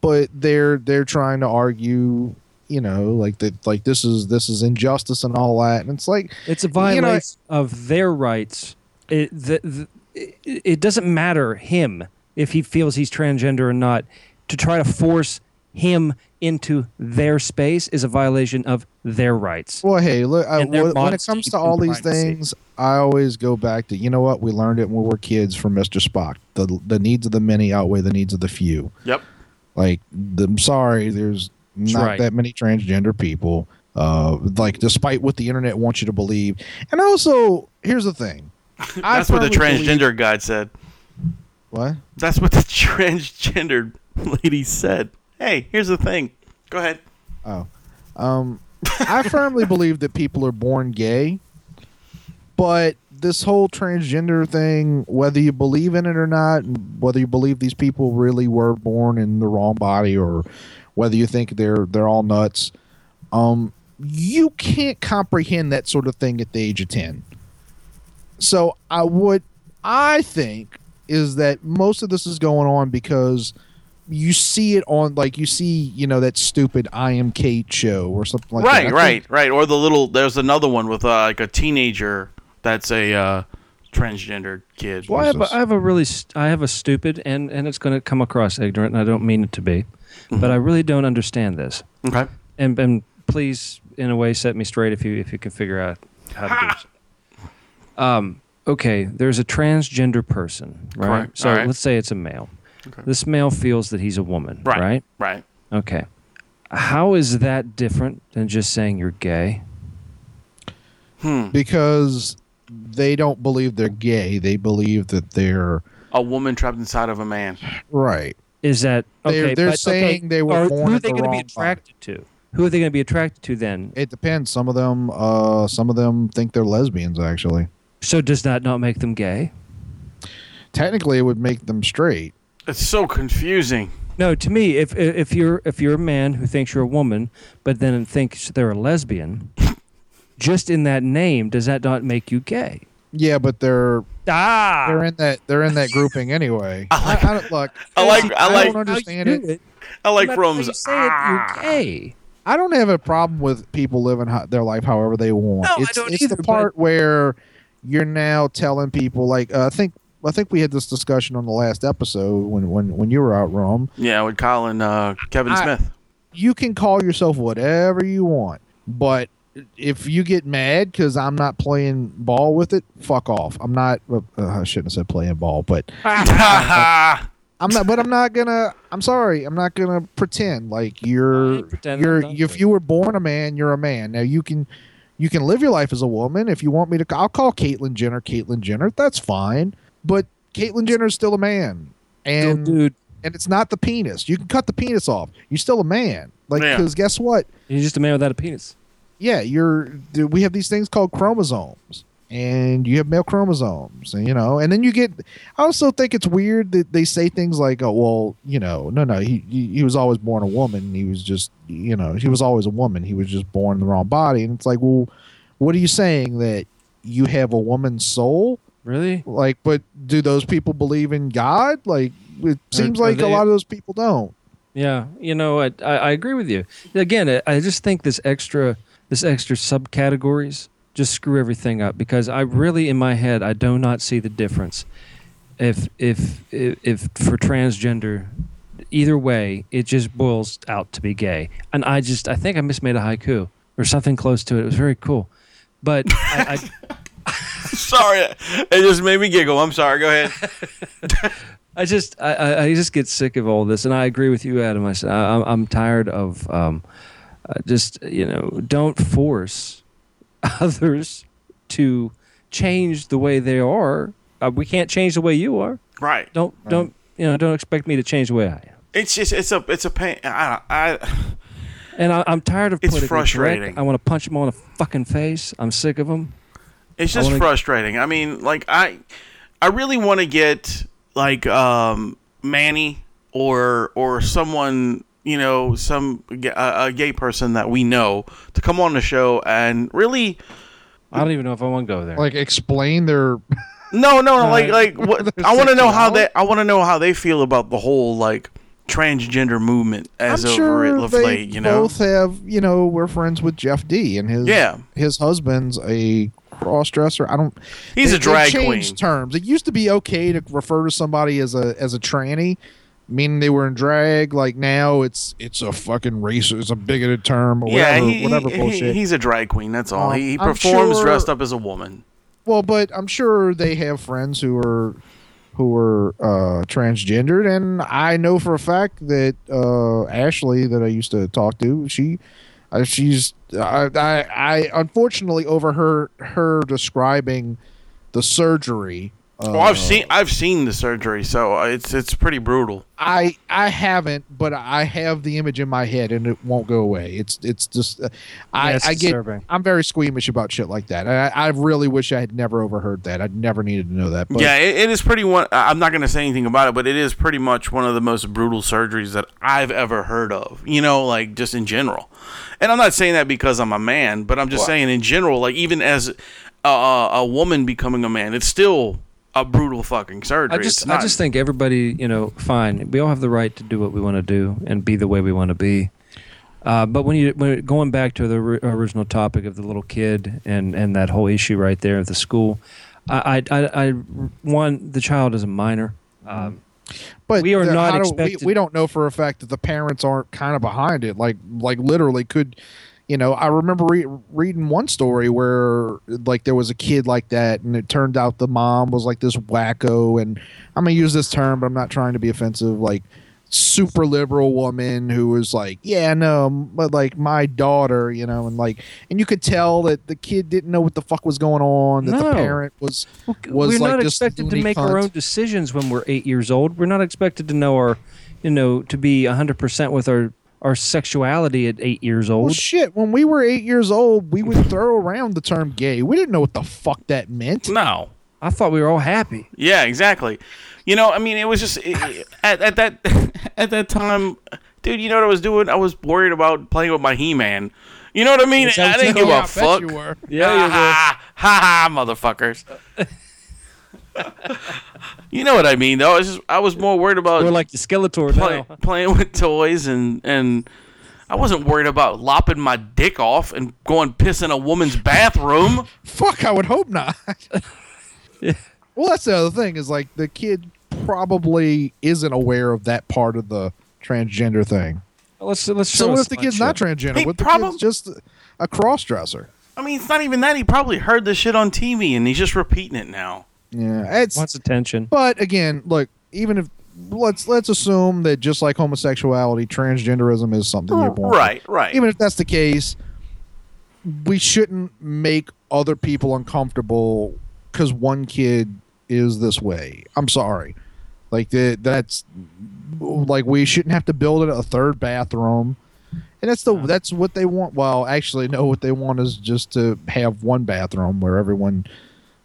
but they're they're trying to argue you know like that like this is this is injustice and all that and it's like It's a You know, violation of their rights it, the, the, it, it doesn't matter him if he feels he's transgender or not. To try to force him into their space is a violation of their rights. Well, hey, look, I, And their wh- when it modesty comes to and all these privacy. things, I always go back to you know what we learned it when we were kids from Mister Spock. The the needs of the many outweigh the needs of the few. Yep. Like, the, I'm sorry, there's not right. that many transgender people. Uh, like, despite what the internet wants you to believe, and also here's the thing. I That's what the firmly believe- transgender guide said. What? That's what the transgendered lady said. Hey, here's the thing. Go ahead. Oh. Um, I firmly believe that people are born gay, but this whole transgender thing, whether you believe in it or not, and whether you believe these people really were born in the wrong body or whether you think they're they're all nuts, um, you can't comprehend that sort of thing at the age of 10. So I would I think is that most of this is going on because you see it on like you see, you know, that stupid I am Kate show or something like right, that. I right, think- right. Or the little there's another one with uh, like a teenager that's a uh, transgendered kid. Well, I have, a, Jesus. I have a really, st- I have a stupid, and and it's going to come across ignorant, and I don't mean it to be, but I really don't understand this. Okay. And and please, in a way, set me straight if you if you can figure out how to do this. Um. Okay. There's a transgender person, right? Correct. So All right. let's say it's a male. Okay. This male feels that he's a woman, Right. right? Right. Okay. How is that different than just saying you're gay? Hmm. Because they don't believe they're gay. They believe that they're A woman trapped inside of a man. right. Is that okay? They're- they're but, okay, saying they were are- born Who are at they the gonna wrong be attracted to? Who are they going to be attracted to then? It depends. Some of them, uh, some of them think they're lesbians. Actually, So does that not make them gay? technically, it would make them straight. It's so confusing. No, to me, if if you're if you're a man who thinks you're a woman, but then thinks they're a lesbian, just in that name, does that not make you gay? Yeah, but they're Ah, they're in that they're in that grouping anyway. I like I, don't, look, I like- I like- don't understand it. I like Rome's. Rome's. You say ah. it, you're gay. I don't have a problem with people living ho- their life however they want. No, I it's, don't it's either, the but- part where you're now telling people like uh, I think I think we had this discussion on the last episode when when when you were out, Rome. Yeah, with Kyle and uh, Kevin I- Smith. you can call yourself whatever you want, but if you get mad because I'm not playing ball with it, fuck off. I'm not. Uh, I shouldn't have said playing ball, but I'm not. But I'm not gonna. I'm sorry. I'm not gonna pretend like I you're. pretend you're. I'm not If good. you were born a man, you're a man. Now you can. You can live your life as a woman. If you want me to, I'll call Caitlyn Jenner Caitlyn Jenner. That's fine. But Caitlyn Jenner is still a man, Yo, and dude, and it's not the penis. You can cut the penis off. You're still a man. Like Yeah. because guess what? you're just a man without a penis. yeah, you're th- we have these things called chromosomes and you have male chromosomes and you know and then you get i also think it's weird that they say things like oh well you know no no he he he was always born a woman he was just you know he was always a woman he was just born in the wrong body and it's like well what are you saying that you have a woman's soul Really? like but do those people believe in god like it seems are like they- a lot of those people don't Yeah, you know, I, I, I agree with you. Again, I, I just think this extra this extra subcategories just screw everything up because I really in my head I do not see the difference. If if if, if for transgender, either way, it just boils out to be gay. And I just I think I mismade a haiku or something close to it. It was very cool, but I, I sorry, it just made me giggle. I'm sorry. Go ahead. I just I- I, I just get sick of all this, and I agree with you, Adam. I, s- I- I'm I'm tired of um, uh, just you know don't force others to change the way they are. Uh, we can't change the way you are. Right. Don't don't you know? Don't expect me to change the way I am. It's just it's a it's a pain. I, I And I, I'm tired of It's politically correct. frustrating. I want to punch them on the fucking face. I'm sick of them. It's just wanna- frustrating. I mean, like I, I really want to get like um, Manny or or someone you know some ga- a, a gay person that we know to come on the show and really I don't even know if I want to go there. like explain their no no no like like what I want to know how they sexuality? I want to know how they feel about the whole like transgender movement as I'm over sure it of they late. You know, both have. You know, we're friends with Jeff D and his Yeah. his husband's a crossdresser. I don't. He's they- a drag they queen. changed Terms. It used to be okay to refer to somebody as a as a tranny, meaning they were in drag. Like now, it's it's a fucking racist, it's a bigoted term, or yeah, whatever, he- he- whatever he- bullshit. he's a drag queen. That's all. Um, he he I'm performs sure- dressed up as a woman. Well, but I'm sure they have friends who are who are uh, transgendered, and I know for a fact that uh, Ashley, that I used to talk to, she, uh, she's, I, I, I unfortunately overheard her describing the surgery. Uh, well, I've seen I've seen the surgery, so it's it's pretty brutal. I I haven't, but I have the image in my head, and it won't go away. It's it's just uh, I Yeah, it's I get disturbing. I'm very squeamish about shit like that. I, I really wish I had never overheard that. I never needed to know that. But yeah, it, it is pretty one. I- I'm not going to say anything about it, but it is pretty much one of the most brutal surgeries that I've ever heard of. You know, like just in general. And I'm not saying that because I'm a man, but I'm just saying in general, like even as a, a, a woman becoming a man, it's still a brutal fucking surgery. I just, It's not- I just think everybody, you know, fine. We all have the right to do what we want to do and be the way we want to be. Uh, but when you when going back to the ori- original topic of the little kid and and that whole issue right there at the school, I, I, I, I one the child is a minor. Um, But We are the- not how do- expected- we, we don't know for a fact that the parents aren't kind of behind it. Like, like literally, could you know? I remember re- reading one story where like there was a kid like that, and it turned out the mom was like this wacko, and I'm gonna use this term, but I'm not trying to be offensive. Like super liberal woman who was like yeah no m- but like my daughter you know and like and you could tell that the kid didn't know what the fuck was going on that the No. parent was was we're like not this expected to loony make our cunt. own decisions when we're eight years old. We're not expected to know our, you know, to be hundred percent with our our sexuality at eight years old. Well, shit. When we were eight years old, we would throw around the term "gay." We didn't know what the fuck that meant. no. I thought we were all happy. Yeah, exactly. You know, I mean, it was just at, at that at that time, dude. You know what I was doing? I was worried about playing with my He-Man. You know what I mean? I didn't give Oh, Yeah, a bet fuck. you were. Yeah, ha, ha, ha, ha, motherfuckers. you know what I mean, though. It's just, I was more worried about We're like the Skeletor play, now. playing with toys and and I wasn't worried about lopping my dick off and going piss in a woman's bathroom. Fuck, I would hope not. Well, that's the other thing is like the kid probably isn't aware of that part of the transgender thing. Let's let's. So show what us if the kid's slideshow. not transgender? Hey, what if the problem- kid's just a crossdresser? I mean, it's not even that. He probably heard this shit on TV and he's just repeating it now. Yeah, it's wants attention? But again, look, even if let's let's assume that just like homosexuality, transgenderism is something you're born with. Right, right. even if that's the case, we shouldn't make other people uncomfortable because one kid is this way. I'm sorry. Like that, that's like we shouldn't have to build a third bathroom, and that's the that's what they want. Well, actually, no, what they want is just to have one bathroom where everyone,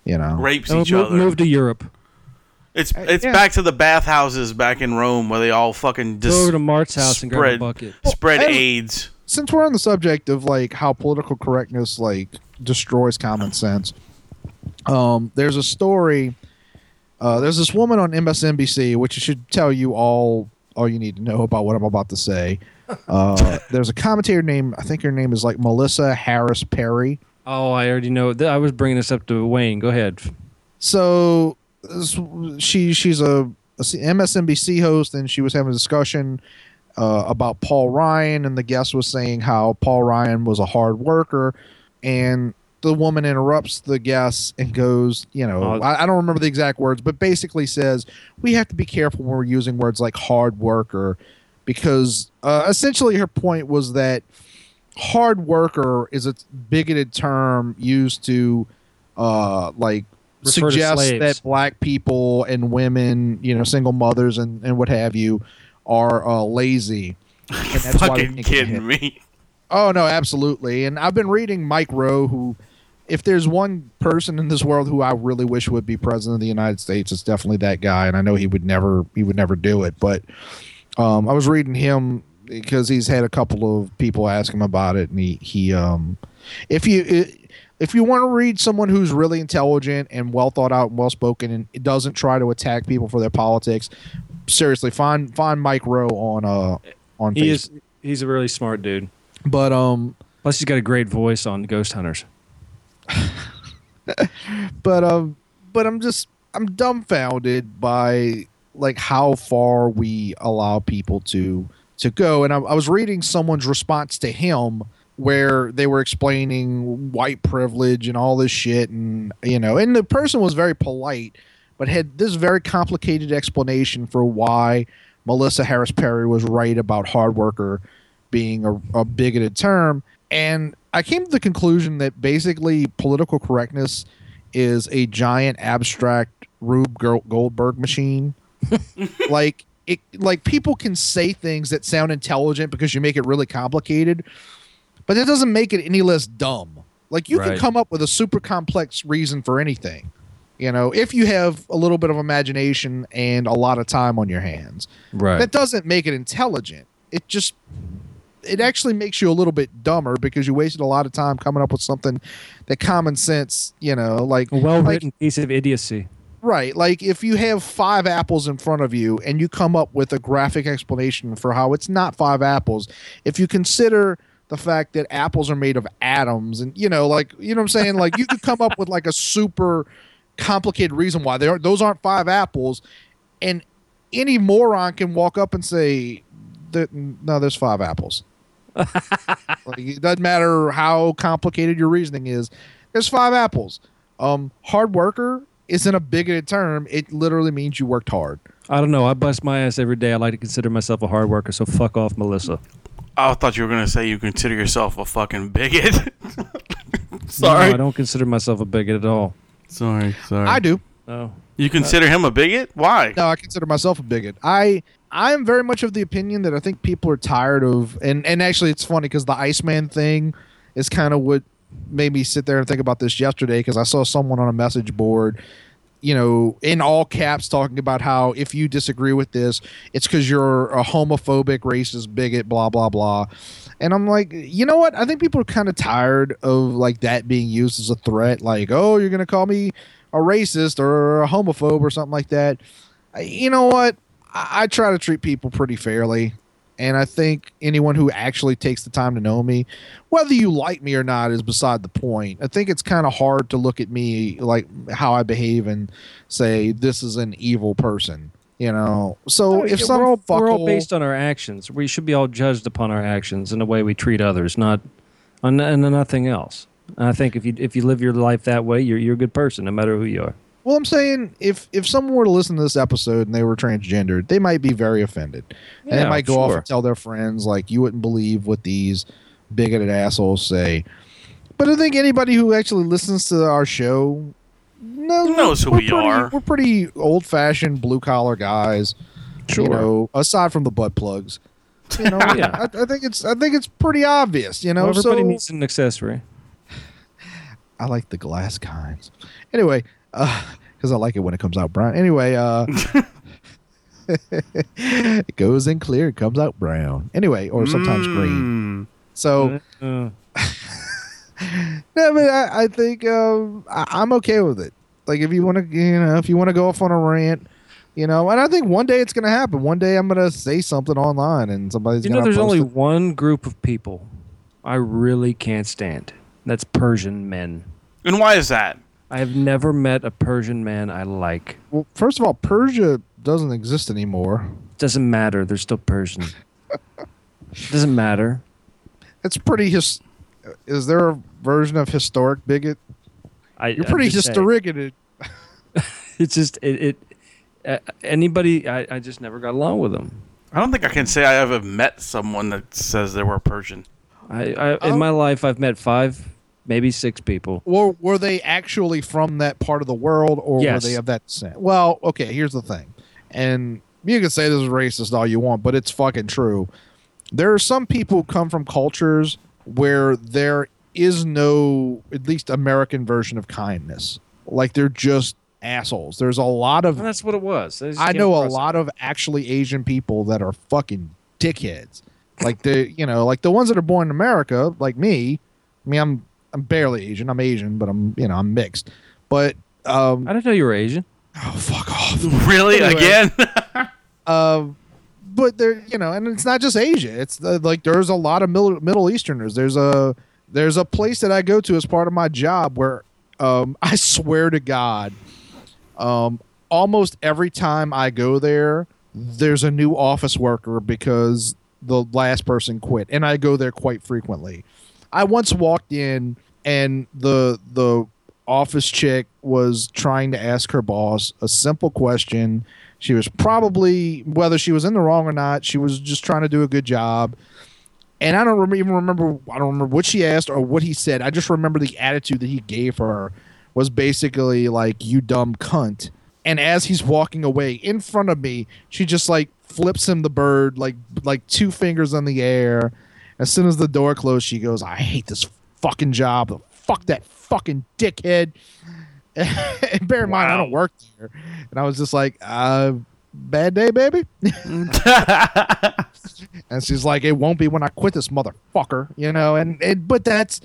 you know, rapes Oh, each move, other. move to Europe. It's it's yeah. back to the bathhouses back in Rome where they all fucking Go dis- over to Mart's house and grab a spread bucket. spread Well, and- AIDS. since we're on the subject of like how political correctness like destroys common sense, um, there's a story. Uh, there's this woman on MSNBC, which should tell you all all you need to know about what I'm about to say. Uh, there's a commentator named I think her name is like Melissa Harris Perry. Oh, I already know. Th- I was bringing this up to Wayne. Go ahead. so this- she she's a, a C- MSNBC host, and she was having a discussion uh, about Paul Ryan, and the guest was saying how Paul Ryan was a hard worker, and the woman interrupts the guest and goes, you know, Oh. I, I don't remember the exact words, but basically says we have to be careful when we're using words like hard worker, because uh, essentially her point was that hard worker is a bigoted term used to uh like Refer to suggest slaves. that black people and women you know single mothers and, and what have you are uh, lazy and that's why they Fucking can't get hit. kidding me. Oh no, absolutely. And I've been reading Mike Rowe, who, if there's one person in this world who I really wish would be president of the United States, it's definitely that guy. And I know he would never, he would never do it. But um, I was reading him because he's had a couple of people ask him about it, and he, he, um, if you. if you want to read someone who's really intelligent and well thought out and well spoken and doesn't try to attack people for their politics, seriously, find find Mike Rowe on uh on He Facebook. is. He's a really smart dude. But um, Plus, he's got a great voice on Ghost Hunters. but um, but I'm just I'm dumbfounded by like how far we allow people to to go. And I, I was reading someone's response to him where they were explaining white privilege and all this shit, and you know, and the person was very polite, but had this very complicated explanation for why Melissa Harris Perry was right about hard worker being a, a bigoted term. And I came to the conclusion that basically political correctness is a giant abstract Rube Gol- Goldberg machine. like it, like people can say things that sound intelligent because you make it really complicated, but that doesn't make it any less dumb. Like you can Right. come up with a super complex reason for anything, you know, if you have a little bit of imagination and a lot of time on your hands Right. that doesn't make it intelligent it just it actually makes you a little bit dumber because you wasted a lot of time coming up with something that common sense you know like a like- well-written piece of idiocy. right like if you have five apples in front of you and you come up with a graphic explanation for how it's not five apples if you consider the fact that apples are made of atoms and you know like you know what i'm saying like you could come up with like a super complicated reason why they are those aren't five apples and any moron can walk up and say that no there's five apples like, it doesn't matter how complicated your reasoning is there's five apples um hard worker isn't a bigoted term it literally means you worked hard I don't know. I bust my ass every day. I like to consider myself a hard worker, so fuck off, Melissa. I thought you were gonna say you consider yourself a fucking bigot. No, sorry, I don't consider myself a bigot at all. sorry, sorry. i do No. You consider him a bigot? Why? no i consider myself a bigot i i am very much of the opinion that i think people are tired of and and actually it's funny because the iceman thing is kind of what made me sit there and think about this yesterday because i saw someone on a message board you know in all caps talking about how if you disagree with this it's because you're a homophobic racist bigot blah blah blah and i'm like you know what i think people are kind of tired of like that being used as a threat like oh you're gonna call me a racist or a homophobe or something like that I- you know what? I, I try to treat people pretty fairly. And I think anyone who actually takes the time to know me, whether you like me or not, is beside the point. I think it's kind of hard to look at me like how I behave and say this is an evil person. You know, so if some we're all, fuckhole, we're all based on our actions, we should be all judged upon our actions and the way we treat others, not on and nothing else. And I think if you if you live your life that way, you're you're a good person, no matter who you are. Well, I'm saying if if someone were to listen to this episode and they were transgendered, they might be very offended, and they Yeah, might go off sure. and tell their friends like, "You wouldn't believe what these bigoted assholes say." But I think anybody who actually listens to our show knows, Knows who we're we pretty- are. We're pretty old fashioned blue collar guys. You know, aside from the butt plugs, you know, Yeah. I, I think it's I think it's pretty obvious. You know, Well, everybody so, needs an accessory. I like the glass kinds. Anyway, because I like it when it comes out brown. Anyway, uh, it goes in clear, it comes out brown. Anyway, or sometimes green. Mm. So Uh, no, but I, I think um, I, I'm okay with it. Like if you want to, you know, if you want to go off on a rant, you know, and I think one day it's gonna happen. One day I'm gonna say something online, and somebody's you gonna. know, there's post only it. one group of people I really can't stand. That's Persian men. And why is that? I have never met a Persian man I like. Well, first of all, Persia doesn't exist anymore. Doesn't matter. They're still Persian. Doesn't matter. It's pretty his. Is there a version of historic bigot? I, You're I'm pretty just saying. historic in it. It's just it. it uh, anybody, I, I just never got along with them. I don't think I can say I ever met someone that says they were Persian. I, I Oh. in my life I've met five, maybe six people. Or were they actually from that part of the world, or Yes. were they of that descent? Well, okay, here's the thing, and you can say this is racist all you want, but it's fucking true. There are some people who come from cultures where there is no, at least American version of kindness. Like they're just assholes. There's a lot of And that's what it was. just I came know a across- lot of actually Asian people that are fucking dickheads. Like the you know, like the ones that are born in America, like me. I mean, I'm I'm barely Asian. I'm Asian, but I'm you know I'm mixed. But um, I didn't know you were Asian. oh fuck off. Really? Anyway. Again? Um, but they're you know, and it's not just Asia. It's the, like there's a lot of Middle Middle Easterners. There's a there's a place that I go to as part of my job where Um, I swear to God, um, almost every time I go there, there's a new office worker because the last person quit, and I go there quite frequently. I once walked in, and the the office chick was trying to ask her boss a simple question. She was probably whether she was in the wrong or not. She was just trying to do a good job and I don't rem- even remember. I don't remember what she asked or what he said. I just remember the attitude that he gave her was basically like "you dumb cunt." And as he's walking away in front of me, she just like flips him the bird, like like two fingers in the air. As soon as the door closed, she goes, "I hate this fucking job. The fuck that fucking dickhead." and bear in mind, I Wow. don't work there, and I was just like, uh, "Bad day, baby." and she's like, "It won't be when I quit this motherfucker," you know. And, and but that's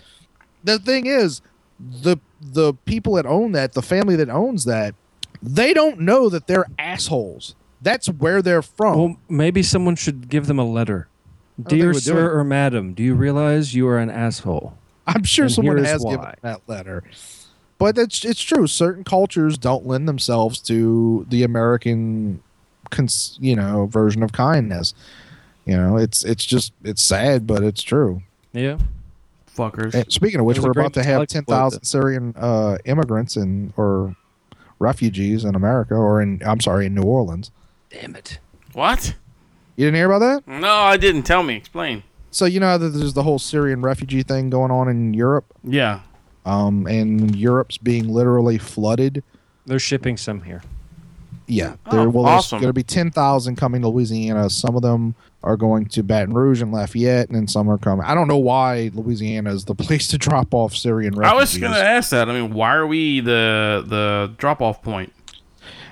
the thing is, the the people that own that, the family that owns that, they don't know that they're assholes. That's where they're from. Well, maybe someone should give them a letter. think Dear we'll Oh, do sir it. or madam, do you realize you are an asshole? I'm sure and someone here is has given why. that letter. But it's it's true. Certain cultures don't lend themselves to the American, cons- you know, version of kindness. You know, it's it's just it's sad, but it's true. Yeah. Fuckers. Eh, And speaking of which, There's a we're great about to have Metallica ten quote thousand Syrian uh, immigrants and or refugees in America, or in I'm sorry, in New Orleans. Damn it. What? You didn't hear about that? No, I didn't. Tell me. Explain. So you know that there's the whole Syrian refugee thing going on in Europe, Yeah. um, and Europe's being literally flooded. They're shipping some here. Yeah, Oh, there, well, there's awesome. going to be ten thousand coming to Louisiana. Some of them are going to Baton Rouge and Lafayette, and then some are coming. I don't know why Louisiana is the place to drop off Syrian I was refugees. gonna ask that. I mean, why are we the the drop off point?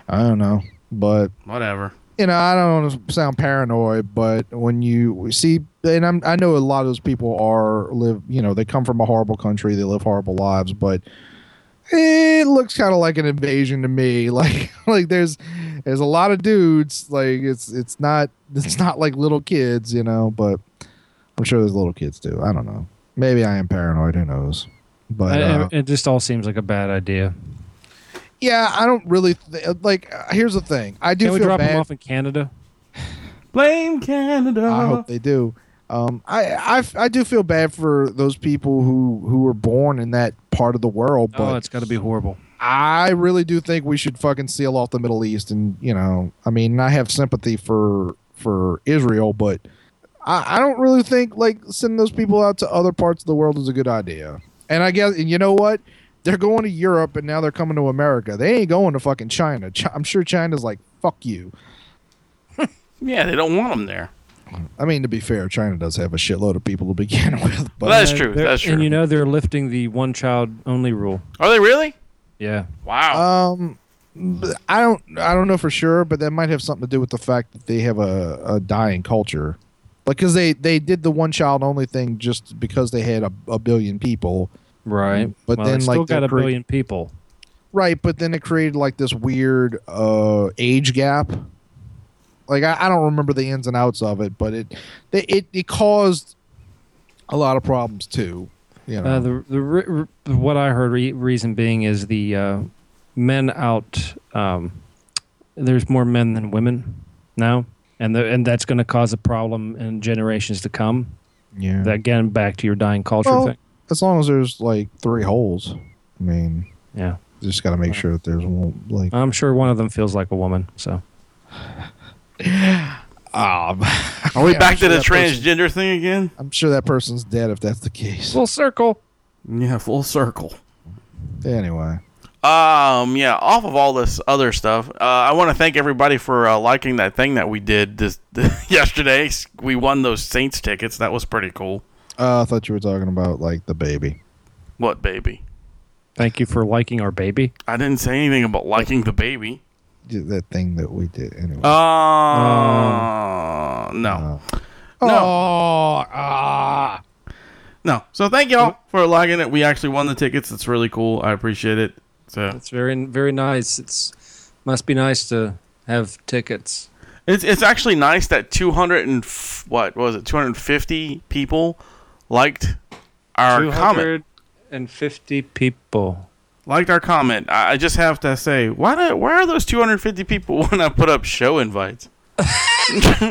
I don't know, but Whatever. you know, I don't want to sound paranoid, but when you see, and I'm, I know a lot of those people are live, you know, they come from a horrible country, they live horrible lives, but it looks kind of like an invasion to me. Like, like there's, there's a lot of dudes. Like, it's, it's not, it's not like little kids, you know. But I'm sure there's little kids too. I don't know. Maybe I am paranoid. Who knows? But I- I- uh, Eh, it just all seems like a bad idea. yeah, I don't really th- like. uh, Here's the thing. I do Can we feel drop bad. them off in Canada? Blame Canada. I Uh-huh. hope they do. Um, I, I I do feel bad for those people who who were born in that part of the world, but oh, it's got to be horrible. I really do think we should fucking seal off the Middle East. And you know, I mean, I have sympathy for for Israel, but I, I don't really think like sending those people out to other parts of the world is a good idea. And I guess and you know what? They're going to Europe and now they're coming to America. They ain't going to fucking China. Chi- I'm sure China's like fuck you. yeah, they don't want them there. I mean, to be fair, China does have a shitload of people to begin with, but That's Uh, true. they're- That's true. And you know they're lifting the one child only rule. Are they really? Yeah. Wow. Um, but I don't, I don't know for sure, but that might have something to do with the fact that they have a, a dying culture, like because they they did the one child only thing just because they had a, a billion people, Right. Mm-hmm. But well, then, it's like, still got they're a crea- billion people. right? But then it created like this weird uh age gap. Like I, I don't remember the ins and outs of it, but it they, it it caused a lot of problems too. You know, Uh, the the re- re- what I heard re- reason being is the uh, men out. Um, there's more men than women now, and the, and that's going to cause a problem in generations to come. yeah. That- Again, back to your dying culture Well- thing. as long as there's like three holes, I mean, Yeah, just got to make sure that there's one like. I'm sure one of them feels like a woman. So Um, Are we yeah, I'm Ah, back sure to the that person- transgender thing again? I'm sure that person's dead if that's the case. full circle. Yeah, full circle. anyway, Um, yeah, off of all this other stuff, uh, I want to thank everybody for uh, liking that thing that we did this yesterday. We won those Saints tickets. That was pretty cool. uh, I thought you were talking about like the baby. What baby? Thank you for liking our baby. I didn't say anything about liking the baby. D- That thing that we did anyway. Uh, no, Uh, Oh, ah. no. So thank y'all for liking it. We actually won the tickets. It's really cool. I appreciate it. So That's very very nice. It's must be nice to have tickets. it's it's actually nice that 200 and f- what, what was it? 250 people liked our comment. 250 people. liked our comment. I I just have to say, why do, why are those 250 people when I put up show invites? That's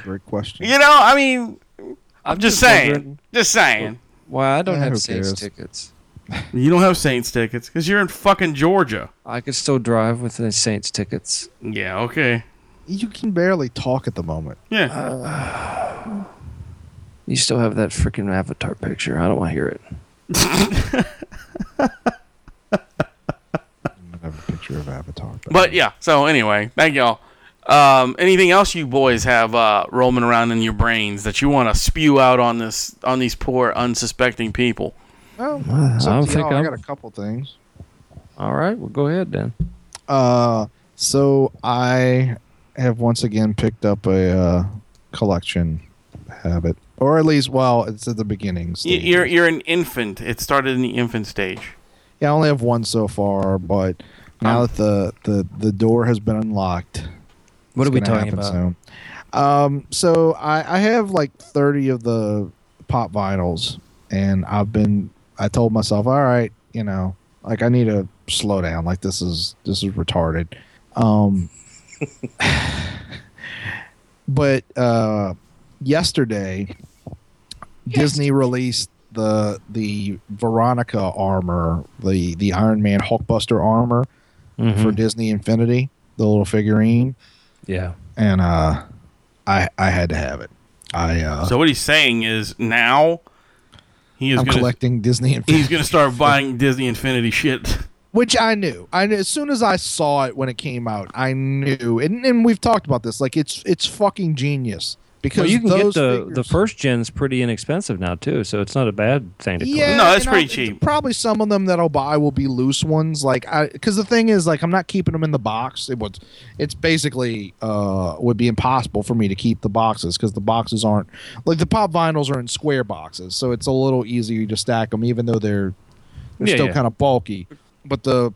a great question. You know, I mean, I'm just, saying, wondering just saying. Why I don't Yeah, who have Saints cares? tickets. You don't have Saints tickets because you're in fucking Georgia. I could still drive with the Saints tickets. Yeah, okay, You can barely talk at the moment. yeah. You still have that freaking avatar picture. I don't want to hear it. I have a picture of Avatar. But yeah, so anyway, thank y'all. Um, anything else you boys have uh, roaming around in your brains that you want to spew out on this on these poor unsuspecting people? well, Well, it's up I'm to y'all. thinking I I'm- got a couple things. All right, well, go ahead then. Uh, so I have once again picked up a uh, collection habit, or at least, well, it's at the beginning. Y- stages. You're you're an infant. It started in the infant stage. yeah, I only have one so far, but now Um, that the, the the door has been unlocked, What it's are we gonna talking happen about? Soon. Um, so I, I have like 30 of the pop vinyls, and I've been. I told myself, all right, you know, like I need to slow down. Like this is this is retarded. Um, but uh, yesterday, Disney released the the Veronica armor, the the Iron Man Hulkbuster armor Mm-hmm. for Disney Infinity, the little figurine yeah. and uh i i had to have it i uh So what he's saying is now he is i'm gonna, collecting disney he's Infinity, gonna start buying Disney Infinity shit. which i knew i knew, as soon as i saw it when it came out i knew and, and we've talked about this like it's it's fucking genius because Well, you can get those the the figures- first gen's pretty inexpensive now too, so it's not a bad thing to yeah, collect. No, it's and pretty I'll- cheap. Probably some of them that I'll buy will be loose ones, like I because the thing is, like I'm not keeping them in the box. It would, it's basically uh would be impossible for me to keep the boxes because the boxes aren't like the pop vinyls are in square boxes, so it's a little easier to stack them, even though they're they're Yeah, still yeah. kind of bulky. But the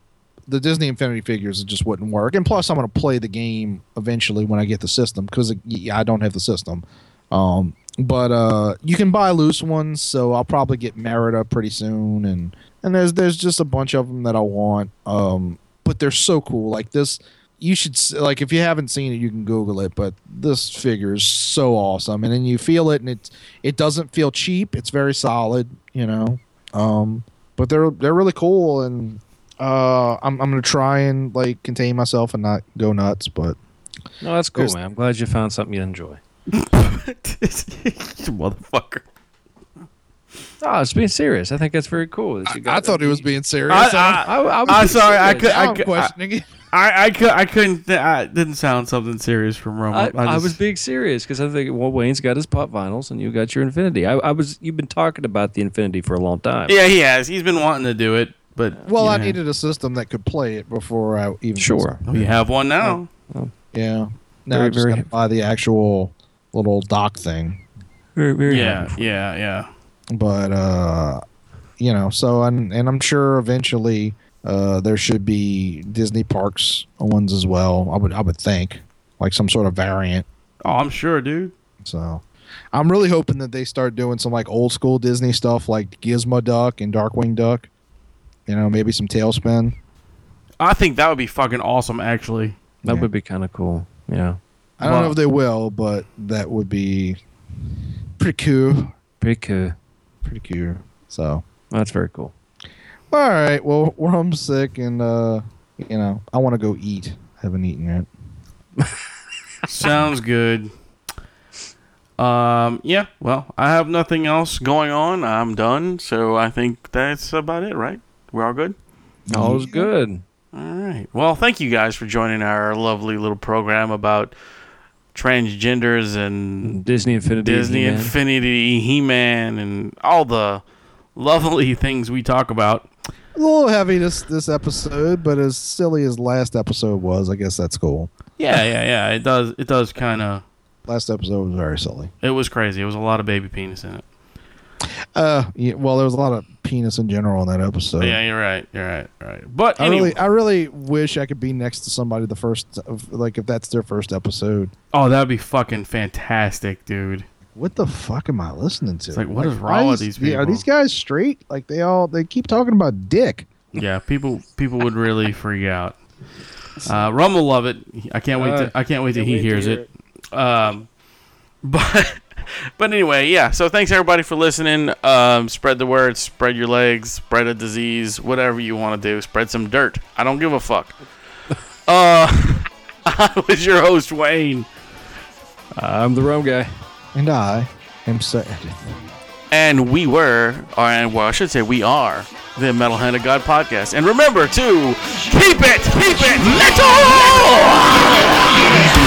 the Disney Infinity figures it just wouldn't work. And plus, I'm going to play the game eventually when I get the system because I don't have the system. Um, but uh, you can buy loose ones, so I'll probably get Merida pretty soon, and and there's there's just a bunch of them that I want. Um, but they're so cool. Like this, you should s- like if you haven't seen it, you can Google it. But this figure is so awesome, and then you feel it, and it it doesn't feel cheap. It's very solid, you know. Um, but they're they're really cool, and uh, I'm I'm gonna try and like contain myself and not go nuts, but No, that's cool, There's- man. I'm glad you found something you enjoy. Motherfucker. Oh, it's being serious. I think that's very cool. that you got that. he was being serious. I, I, I, I was I'm being sorry, I serious. could- I could- I- it. I, I, cou- I couldn't. I didn't sound something serious from Rome. I, I just- was being serious because I think well, Wayne's got his pop vinyls and you got your Infinity. I, I was you've been talking about the Infinity for a long time. Yeah, he has. He's been wanting to do it, but Well, I yeah. needed a system that could play it before I even Sure. We have one now. Yeah. Now Very, I just very- gotta buy the actual little dock thing, Very, very Oh, Yeah, happy. yeah, yeah. but uh, you know, so and and I'm sure eventually uh there should be Disney parks ones as well. I would I would think like some sort of variant. Oh, I'm sure, dude. So I'm really hoping that they start doing some like old school Disney stuff like Gizmo Duck and Darkwing Duck. You know, maybe some Tailspin. I think that would be fucking awesome, actually. That Yeah. would be kind of cool. Yeah. I don't Wow. know if they will, but that would be pretty cool. Pretty cool. Pretty cool. So, That's very cool. all right. Well, we're homesick and, uh, you know, I want to go eat. haven't eaten yet. Sounds good. Um, yeah. Well, I have nothing else going on. I'm done. So I think that's about it, right? We're all good. All is good. All right. Well, thank you guys for joining our lovely little program about transgenders and Disney Infinity. Disney He-Man. Infinity, He-Man, and all the lovely things we talk about. A little heavy this this episode, but as silly as last episode was, I guess that's cool. Yeah, yeah, yeah. It does. It does kind of. Last episode was very silly. It was crazy. It was a lot of baby penis in it. Uh, yeah, well, there was a lot of penis in general in that episode. yeah, you're right. You're right. You're right. But I anyway. really, I really wish I could be next to somebody the first, of- like if that's their first episode. oh, that'd be fucking fantastic, dude. what the fuck am I listening to? It's like, what is why wrong with these is- yeah, Are people? these guys straight? Like they all they keep talking about dick. Yeah, people people would really freak out. Uh, Rum will love it. I can't wait. To, I Uh, can't wait till he wait to hears hear it. Um, but but anyway, yeah. So thanks everybody for listening. Um, spread the word. Spread your legs. Spread a disease. Whatever you want to do. Spread some dirt. I don't give a fuck. Uh, I was your host Wayne, I'm the rum guy. And I am sad. and we were, or and well, I should say we are, the Metalhead of God podcast. And remember to keep it, keep it metal.